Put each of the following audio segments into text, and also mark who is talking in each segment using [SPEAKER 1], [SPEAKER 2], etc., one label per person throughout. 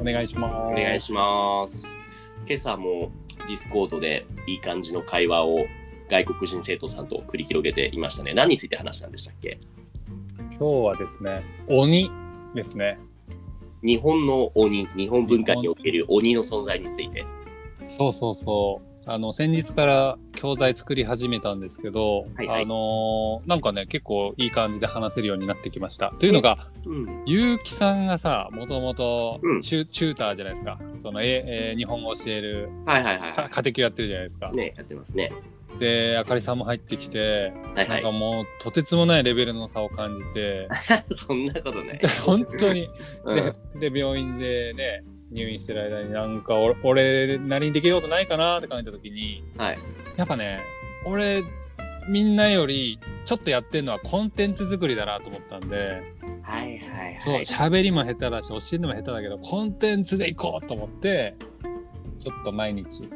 [SPEAKER 1] お願いします。
[SPEAKER 2] お願いします。今朝もディスコードでいい感じの会話を外国人生徒さんと繰り広げていましたね。何について話したんでしたっけ
[SPEAKER 1] 今日はですね、鬼ですね。
[SPEAKER 2] 日本の鬼、日本文化における鬼の存在について。
[SPEAKER 1] そうそうそう。あの先日から教材作り始めたんですけど、
[SPEAKER 2] はいはい
[SPEAKER 1] あのーなんかね結構いい感じで話せるようになってきました。というのが
[SPEAKER 2] うん。
[SPEAKER 1] ゆうきさんがさもともと
[SPEAKER 2] うん
[SPEAKER 1] チュチューターじゃないですかそのえ、えー日本語を教える
[SPEAKER 2] はいはいはい
[SPEAKER 1] か
[SPEAKER 2] は
[SPEAKER 1] 家庭教やってるじゃないですか。
[SPEAKER 2] い。ね、やってますね。
[SPEAKER 1] であかりさんも入ってきて、
[SPEAKER 2] は
[SPEAKER 1] な
[SPEAKER 2] いは
[SPEAKER 1] んか
[SPEAKER 2] い。
[SPEAKER 1] もうとてつもないレベルの差を感じて
[SPEAKER 2] そんなことね。
[SPEAKER 1] 本当に
[SPEAKER 2] うん
[SPEAKER 1] でで病院でね入院してる間になんか俺俺なりにできることないかなって感じた時に
[SPEAKER 2] はい。
[SPEAKER 1] やっぱね俺みんなよりちょっとやってるのはコンテンツ作りだなと思ったんで
[SPEAKER 2] はいはいはい。
[SPEAKER 1] そう喋りも下手だし教えるのも下手だけどコンテンツでいこうと思ってちょっと毎日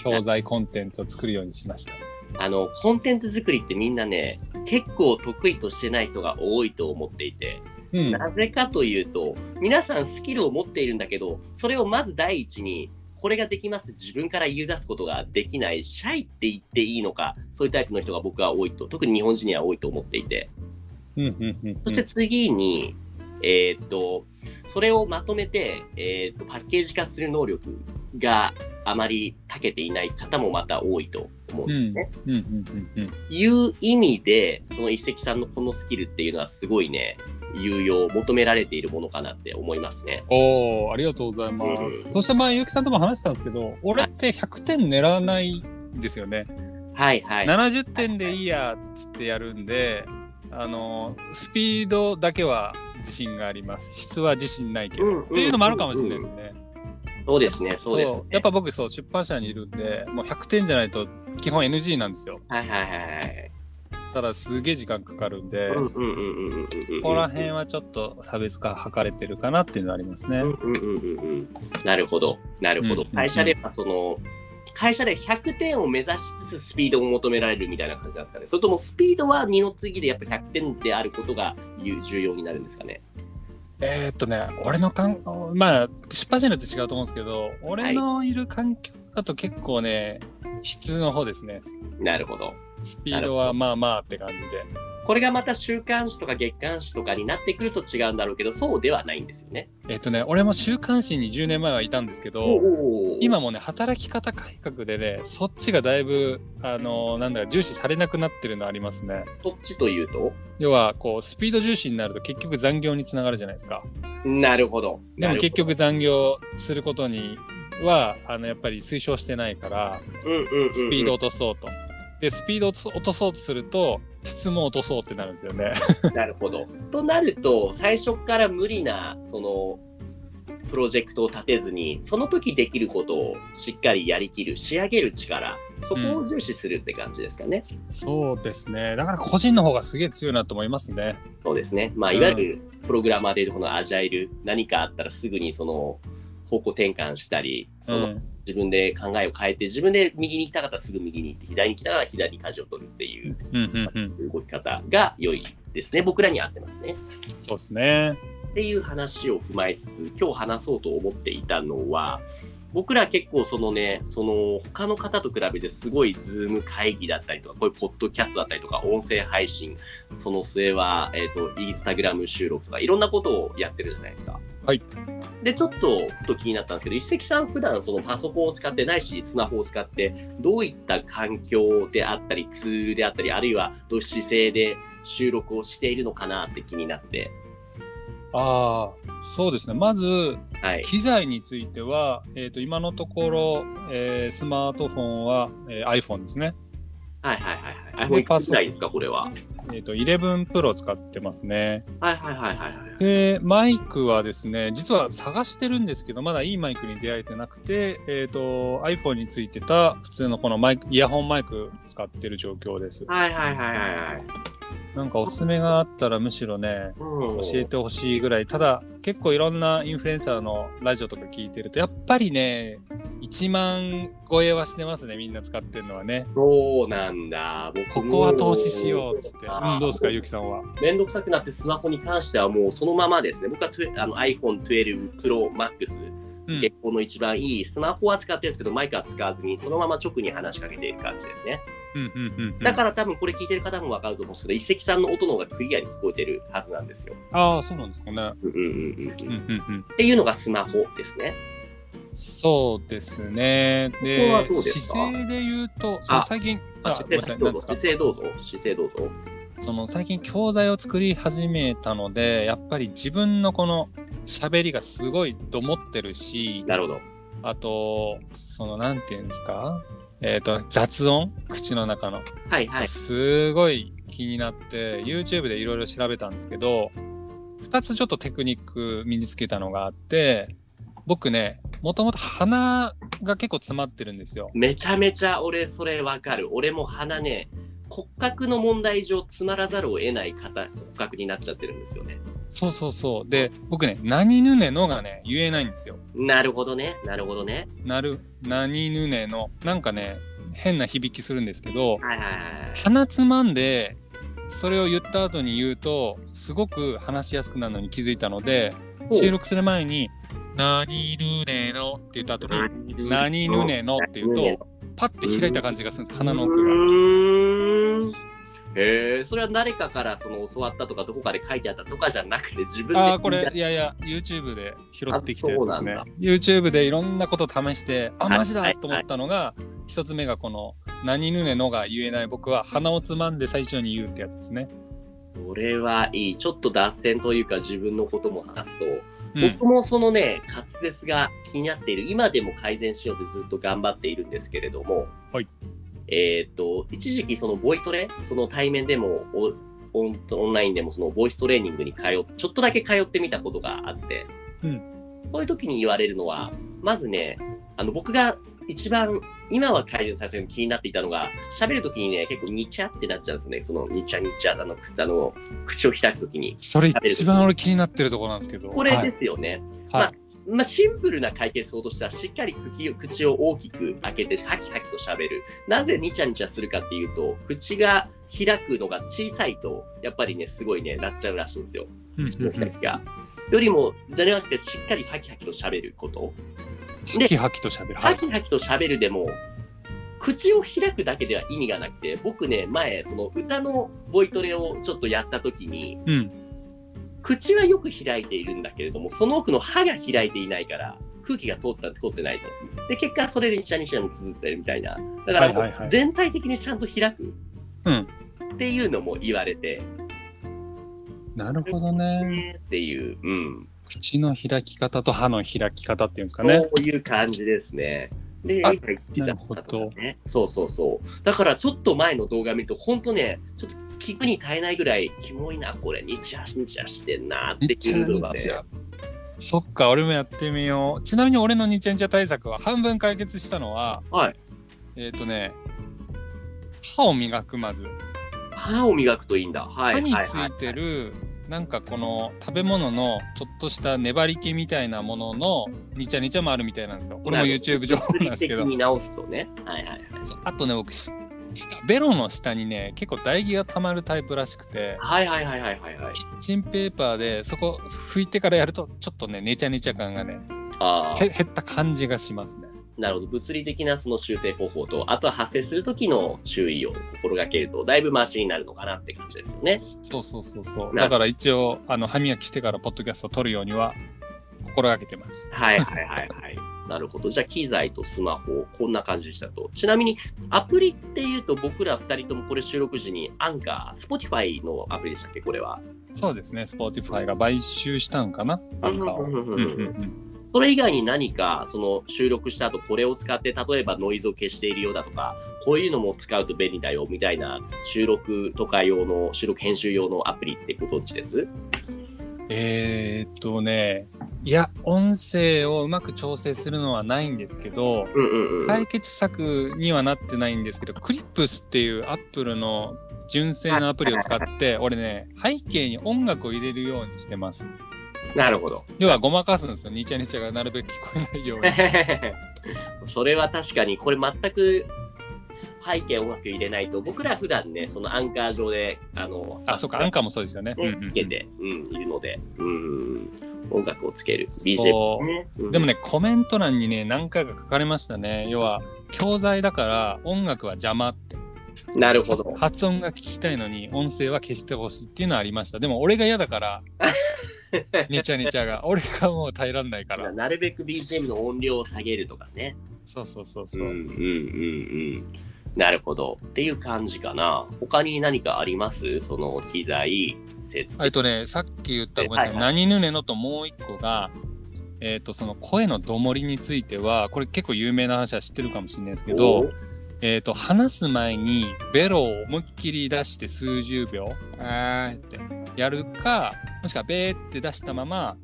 [SPEAKER 1] 教材コンテンツを作るようにしました。
[SPEAKER 2] あの、コンテンツ作りってみんなね、結構得意としてない人が多いと思っていて、
[SPEAKER 1] うん、
[SPEAKER 2] なぜかというと、皆さんスキルを持っているんだけど、それをまず第一に、これができますって自分から言い出すことができない、シャイって言っていいのか、そういうタイプの人が僕は多いと、特に日本人には多いと思っていて、
[SPEAKER 1] うんうんうん
[SPEAKER 2] そして次に、えーっと、それをまとめて、えーっと、パッケージ化する能力があまり長けていない方もまた多いと思うん
[SPEAKER 1] うんう
[SPEAKER 2] で
[SPEAKER 1] ん
[SPEAKER 2] すね。
[SPEAKER 1] うんうんうんうん
[SPEAKER 2] いう意味で、その一石さんのこのスキルっていうのはすごいね、有用、求められているものかなって思いますね。
[SPEAKER 1] おお、ありがとうございます。
[SPEAKER 2] うん
[SPEAKER 1] そして前、ゆきさんとも話したんですけど、俺って100点狙わないんですよね。
[SPEAKER 2] はいはい。
[SPEAKER 1] 70点でいいやっつってやるんで、あの、スピードだけは自信があります。質は自信ないけど。
[SPEAKER 2] うんうん
[SPEAKER 1] っていうのもあるかもしれないですね。
[SPEAKER 2] そうですね、そうですね。
[SPEAKER 1] やっぱ僕、そう、出版社にいるんで、もう100点じゃないと基本 NG なんですよ。
[SPEAKER 2] はいはいはいはい。
[SPEAKER 1] ただ、すげえ時間かかるんで、
[SPEAKER 2] うんうんうんうんうんうんうん。
[SPEAKER 1] そこら辺はちょっと差別化図れてるかなっていうのはありますね。
[SPEAKER 2] うんうんうんうんうん。なるほど、なるほ
[SPEAKER 1] う
[SPEAKER 2] ど
[SPEAKER 1] ん。
[SPEAKER 2] 会社ではその、会社で100点を目指しつつスピードを求められるみたいな感じなんですかね。それともスピードは二の次でやっぱ100点であることが重要になるんですかね。
[SPEAKER 1] えー、っとね、俺の環まあ、出版社によって違うと思うんですけど、俺のいる環境だと結構ね、質の方ですね。
[SPEAKER 2] なるほど。
[SPEAKER 1] スピードはまあまあって感じで。
[SPEAKER 2] これがまた週刊誌とか月刊誌とかになってくると違うんだろうけど、そうではないんですよね。
[SPEAKER 1] えーっとね、俺も週刊誌に10年前はいたんですけど、
[SPEAKER 2] おー
[SPEAKER 1] 今もね、働き方改革でね、そっちがだいぶ、あのなんだか重視されなくなってるのありますね。
[SPEAKER 2] そっちというと、
[SPEAKER 1] 要は、こう、スピード重視になると結局残業につながるじゃないですか。
[SPEAKER 2] なるほど。
[SPEAKER 1] で
[SPEAKER 2] な
[SPEAKER 1] も
[SPEAKER 2] るほど
[SPEAKER 1] 結、局残業することには、あの、やっぱり推奨してないから、スピードを
[SPEAKER 2] を。
[SPEAKER 1] 落とそうと。で、スピードを落とそうとすると、質も落とそうってなるんですよね。
[SPEAKER 2] なるほど。となると、最初から無理な、その、プロジェクトを立てずに、その時できることをしっかりやりきる、仕上げる力、そこを重視するって感じですかね。
[SPEAKER 1] そうですね。だから個人の方がすげえ強いなと思いますね。
[SPEAKER 2] そうですね。まあ、
[SPEAKER 1] うん
[SPEAKER 2] いわゆるプログラマーでいうこのアジャイル、何かあったらすぐにその、方向転換したり、その、
[SPEAKER 1] ん、
[SPEAKER 2] 自分で考えを変えて、自分で右に行きたかったらすぐ右に行って、左に来たら左に舵を取るっていう
[SPEAKER 1] うん、うん、うん。
[SPEAKER 2] 動き方が良いですね。僕らに合ってますね。
[SPEAKER 1] そうですね。
[SPEAKER 2] っていう話を踏まえつつ、今日話そうと思っていたのは、僕ら結構そのね、その他の方と比べてすごいズーム会議だったりとか、こういうポッドキャストだったりとか、音声配信、その末は、えっ、と、インスタグラム収録とか、いろんなことをやってるじゃないですか。
[SPEAKER 1] はい。
[SPEAKER 2] で、ちょっと、ふと気になったんですけど、一石さん普段そのパソコンを使ってないし、スマホを使って、どういった環境であったり、ツールであったり、あるいはどういう姿勢で収録をしているのかなって気になって、
[SPEAKER 1] ああ、そうですね。まず、
[SPEAKER 2] はい。
[SPEAKER 1] 機材については、えっ、と、今のところ、えースマートフォンは、えー iPhone ですね。
[SPEAKER 2] はいはいはいはい。
[SPEAKER 1] で
[SPEAKER 2] iPhone いくつぐらいですか、これは。
[SPEAKER 1] えっ、と、11 Pro 使ってますね。
[SPEAKER 2] はいはいはいはいはい。
[SPEAKER 1] で、マイクはですね、実は探してるんですけど、まだいいマイクに出会えてなくて、えっ、と、iPhone についてた普通のこのマイク、イヤホンマイク使ってる状況です。
[SPEAKER 2] はいはいはいはいはい。
[SPEAKER 1] なんかおすすめがあったらむしろね、
[SPEAKER 2] う
[SPEAKER 1] 教
[SPEAKER 2] ん、
[SPEAKER 1] えてほしいぐらい、ただ結構いろんなインフルエンサーのラジオとか聞いてると、やっぱりね、1万超えはしてますね、みんな使ってるのはね。
[SPEAKER 2] そうなんだ。僕
[SPEAKER 1] こ
[SPEAKER 2] も
[SPEAKER 1] こは投資しようっつって。うん、どうですか、ゆうき
[SPEAKER 2] さ
[SPEAKER 1] さんは。
[SPEAKER 2] ん。めんどくさくなってスマホに関してはもうそのままですね。僕はトゥあの iPhone12 Pro Max
[SPEAKER 1] うん
[SPEAKER 2] 結婚の一番いい、スマホは使ってるんですけど、マイクは使わずに、そのまま直に話しかけている感じですね。
[SPEAKER 1] うんうんうんうん
[SPEAKER 2] だから多分これ聞いてる方もわかると思うんですけど、一石さんの音の方がクリアに聞こえてるはずなんですよ。
[SPEAKER 1] ああ、そうなんですかね。
[SPEAKER 2] うんうんうんうん
[SPEAKER 1] う
[SPEAKER 2] うん
[SPEAKER 1] うん
[SPEAKER 2] っ
[SPEAKER 1] ん
[SPEAKER 2] ていうのがスマホですね。
[SPEAKER 1] そうですね。
[SPEAKER 2] ここはど
[SPEAKER 1] で
[SPEAKER 2] う、ですか
[SPEAKER 1] 姿勢で言うと、その最近、
[SPEAKER 2] あ
[SPEAKER 1] あ、ごめんなさい、
[SPEAKER 2] 姿勢ど
[SPEAKER 1] 何
[SPEAKER 2] う
[SPEAKER 1] で
[SPEAKER 2] ぞ、
[SPEAKER 1] すか
[SPEAKER 2] 姿。勢どうぞ、姿勢どうぞ。
[SPEAKER 1] その最近教材を作り始めたので、やっぱり自分のこの喋りがすごいどもってるし、
[SPEAKER 2] なるほど。
[SPEAKER 1] あと、その、なんていうんですかえっ、と、雑音口の中の。
[SPEAKER 2] はいはい。
[SPEAKER 1] すごい気になって、YouTube でいろいろ調べたんですけど、二つちょっとテクニック身につけたのがあって、僕ね、もともと鼻が結構詰まってるんですよ。
[SPEAKER 2] めちゃめちゃ俺それわかる。俺も鼻ね、骨格の問題上、詰まらざるを得ない方、骨格になっちゃってるんですよね。
[SPEAKER 1] そうそうそう。で、僕ね、何ぬねのがね、言えないんですよ。
[SPEAKER 2] なるほどね、なるほどね。
[SPEAKER 1] なる、何ぬねの。なんかね、変な響きするんですけど、
[SPEAKER 2] はいはいはいはい。
[SPEAKER 1] 鼻つまんで、それを言った後に言うと、すごく話しやすくなるのに気づいたので、収録する前に、何ぬねのって言った後に、
[SPEAKER 2] お
[SPEAKER 1] 何ぬねのっていうと、、パッて開いた感じがするんです、鼻の奥が。
[SPEAKER 2] うーんへえ、それは誰かからその教わったとか、どこかで書いてあったとかじゃなくて、自分で。
[SPEAKER 1] ああ、これ、。いやいや、YouTube で拾ってきたやつですね
[SPEAKER 2] あそう。
[SPEAKER 1] YouTube でいろんなこと試して、あ、
[SPEAKER 2] はい
[SPEAKER 1] マジ
[SPEAKER 2] は
[SPEAKER 1] だ
[SPEAKER 2] い
[SPEAKER 1] と思ったのが、一つ目がこの、何ぬねのが言えない僕は、鼻をつまんで最初に言うってやつですね。
[SPEAKER 2] これはいい。ちょっと脱線というか、自分のことも話すと、
[SPEAKER 1] うん
[SPEAKER 2] 僕もそのね、滑舌が気になっている、今でも改善しようとずっと頑張っているんですけれども、
[SPEAKER 1] はい
[SPEAKER 2] えーっと、一時期、そのボイトレ、その対面でもおオン、オンラインでも、そのボイストレーニングに通っちょっとだけ通ってみたことがあって、
[SPEAKER 1] うん
[SPEAKER 2] そういう時に言われるのは、まずね、あの僕が一番、今は改善されてるの気になっていたのが、喋るときにね、結構ニチャってなっちゃうんですよね、そのニチャニチャあの、くあの口を開くときに。
[SPEAKER 1] それ一番俺気になってるところなんですけど。
[SPEAKER 2] これですよね。
[SPEAKER 1] はい。
[SPEAKER 2] まあ、シンプルな解決法としては、しっかり口を口を大きく開けて、ハキハキと喋る。なぜニチャニチャするかっていうと、口が開くのが小さいと、やっぱりね、すごいね、なっちゃうらしいんですよ。
[SPEAKER 1] うん
[SPEAKER 2] 口
[SPEAKER 1] うん
[SPEAKER 2] の
[SPEAKER 1] うん
[SPEAKER 2] 開きが。よりも、じゃなくて、しっかりハキハキと喋ること。
[SPEAKER 1] ハキハキと喋る。は
[SPEAKER 2] ハ
[SPEAKER 1] い。
[SPEAKER 2] キハキと喋るでも、口を開くだけでは意味がなくて、僕ね、前、その歌のボイトレをちょっとやった時に、
[SPEAKER 1] うん。
[SPEAKER 2] 口はよく開いているんだけれども、その奥の歯が開いていないから、空気が通った通ってないと。で、結果、それでニチャニチャも続いてるみたいな。だからも
[SPEAKER 1] はいはいは
[SPEAKER 2] う、
[SPEAKER 1] い
[SPEAKER 2] 全体的にちゃんと開く。
[SPEAKER 1] うん
[SPEAKER 2] っていうのも言われて、
[SPEAKER 1] なるほどね。
[SPEAKER 2] っていう、うん。
[SPEAKER 1] 口の開き方と歯の開き方っていうんですか
[SPEAKER 2] こ
[SPEAKER 1] ね。
[SPEAKER 2] ういう感じですね。で、
[SPEAKER 1] あ
[SPEAKER 2] 今言ってたこと
[SPEAKER 1] なる
[SPEAKER 2] と
[SPEAKER 1] ほ
[SPEAKER 2] かね。そうそうそう。だから、ちょっと前の動画見ると、ほんとね、ちょっと聞くに耐えないぐらい、キモいな、これ、ニチャニチャしてんなって
[SPEAKER 1] ニチ
[SPEAKER 2] いう
[SPEAKER 1] ャ
[SPEAKER 2] のが
[SPEAKER 1] ニ
[SPEAKER 2] ね。
[SPEAKER 1] チャ。そっか、俺もやってみよう。ちなみに俺のニチャニチャ対策は半分解決したのは、
[SPEAKER 2] はい。
[SPEAKER 1] えっ、とね、歯を磨くまず。
[SPEAKER 2] 歯を磨くといいんだ。はい。
[SPEAKER 1] 歯につ
[SPEAKER 2] はい
[SPEAKER 1] てる、なんかこの食べ物のちょっとした粘り気みたいなもののニチャニチャもあるみたいなんですよ。これも YouTube 情報なんですけど。
[SPEAKER 2] 物理的に直すとね。はいはいはい。
[SPEAKER 1] そうあとね、僕、し下、ベロの下にね、結構唾液が溜まるタイプらしくて、
[SPEAKER 2] はいはいはいはいはいはい。
[SPEAKER 1] キッチンペーパーでそこ拭いてからやると、ちょっとね、ネチャネチャ感がね、
[SPEAKER 2] あ
[SPEAKER 1] へ減った感じがしますね。
[SPEAKER 2] あ、なるほど。物理的なその修正方法と、あとは発生するときの注意を心がけると、だいぶマシになるのかなって感じですよね。
[SPEAKER 1] そうそうそうそう。
[SPEAKER 2] な
[SPEAKER 1] だから一応、あの、歯磨きしてからポッドキャストを撮るようには心がけてます。
[SPEAKER 2] はいはいはいはい。なるほど。じゃあ、機材とスマホ、こんな感じでしたと。ちなみに、アプリっていうと、僕ら2人ともこれ収録時に、アンカー、Spotify のアプリでしたっけ、これは。
[SPEAKER 1] そうですね、Spotify が買収したんかな、アンカーを。
[SPEAKER 2] う
[SPEAKER 1] うんん
[SPEAKER 2] うん
[SPEAKER 1] う
[SPEAKER 2] う
[SPEAKER 1] んんう
[SPEAKER 2] う
[SPEAKER 1] んん
[SPEAKER 2] それ以外に何か、その収録した後、これを使って、例えばノイズを消しているようだとか、こういうのも使うと便利だよ、みたいな、収録とか用の、収録編集用のアプリってご存知です
[SPEAKER 1] えー、っとね、いや、音声をうまく調整するのはないんですけど、
[SPEAKER 2] うんうんうん。
[SPEAKER 1] 解決策にはなってないんですけど、クリップスっていうアップルの純正のアプリを使って、俺ね、背景に音楽を入れるようにしてます。
[SPEAKER 2] なるほど。
[SPEAKER 1] 要はごまかすんですよ、ニチャニチャがなるべく聞こえないように。
[SPEAKER 2] それは確かに、これ全く、背景音楽入れないと、僕ら普段ね、そのアンカー上で、あの、
[SPEAKER 1] あ、そうか、アンカーもそうですよね。
[SPEAKER 2] ね
[SPEAKER 1] うんうん
[SPEAKER 2] つけて、うん、いるので、うん、音楽をつける。
[SPEAKER 1] そう
[SPEAKER 2] BGM ね。うん
[SPEAKER 1] でもね、コメント欄にね、何回か書かれましたね。要は、教材だから音楽は邪魔って。
[SPEAKER 2] なるほど。
[SPEAKER 1] 発音が聞きたいのに音声は消してほしいっていうのはありました。でも俺が嫌だから、 にちゃにちゃが。俺がもう耐えらんないから。
[SPEAKER 2] なるべく BGM の音量を下げるとかね。
[SPEAKER 1] そうそうそう
[SPEAKER 2] う
[SPEAKER 1] そう。
[SPEAKER 2] んうんうんうん。なるほど。っていう感じかな。他に何かありますその機材、セット。
[SPEAKER 1] えっとね、さっき言った、ごめんなさい、
[SPEAKER 2] はい
[SPEAKER 1] 何ぬねのともう一個が、えっと、その声のどもりについては、これ結構有名な話は知ってるかもしれないですけど、えっと、話す前にベロを思いっきり出して数十秒、あーってやるか、もしくはベーって出したまま、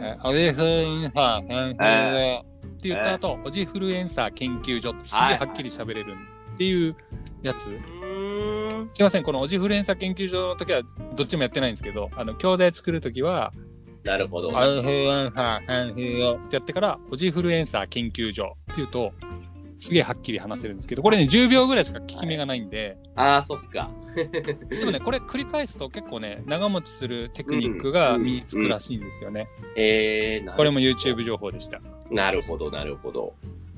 [SPEAKER 1] えーおじふんは、ふんふんはって言った後、おじフルエンサー研究所ってすげえはっきり喋れるっていうやつ。
[SPEAKER 2] おーうーん。
[SPEAKER 1] すいません、このオジフルエンサ研究所の時はどっちもやってないんですけど、あの、教材作る時は、
[SPEAKER 2] なるほど。
[SPEAKER 1] アンフーアンハー、アンフーってやってから、オジフルエンサー研究所っていうと、すげえはっきり話せるんですけど、これね、10秒ぐらいしか効き目がないんで、
[SPEAKER 2] ああ、そっか。
[SPEAKER 1] でもね、これ繰り返すと結構ね、長持ちするテクニックが身につくらしいんですよね。
[SPEAKER 2] えー、なる
[SPEAKER 1] これも YouTube 情報でした。
[SPEAKER 2] なるほど、なるほど。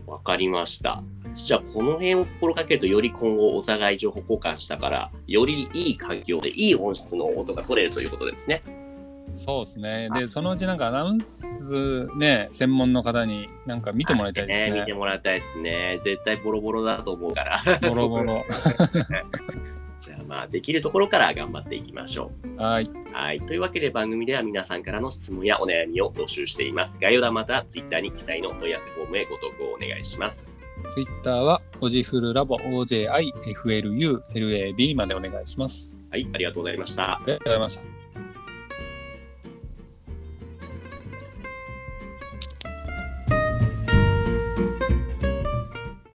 [SPEAKER 2] わかりました。じゃあ、この辺を心掛けると、より今後お互い情報交換したから、よりいい環境で、いい音質の音が取れるということですね。
[SPEAKER 1] そうですね。で、そのうちなんかアナウンスね、専門の方になんか見てもらいたいです
[SPEAKER 2] ね見
[SPEAKER 1] ね
[SPEAKER 2] て。もらいたいですね。絶対ボロボロだと思うから。
[SPEAKER 1] ボロボロ。
[SPEAKER 2] じゃあ、まあ、できるところから頑張っていきましょう。
[SPEAKER 1] はい。
[SPEAKER 2] はい。というわけで番組では皆さんからの質問やお悩みを募集しています。概要欄または Twitter に記載の問い合わせフォームへご投稿お願いします。
[SPEAKER 1] ツイッターは、おじふるラボ OJIFLULAB までお願いします。
[SPEAKER 2] はい。ありがとうございました。
[SPEAKER 1] ありがとうございました。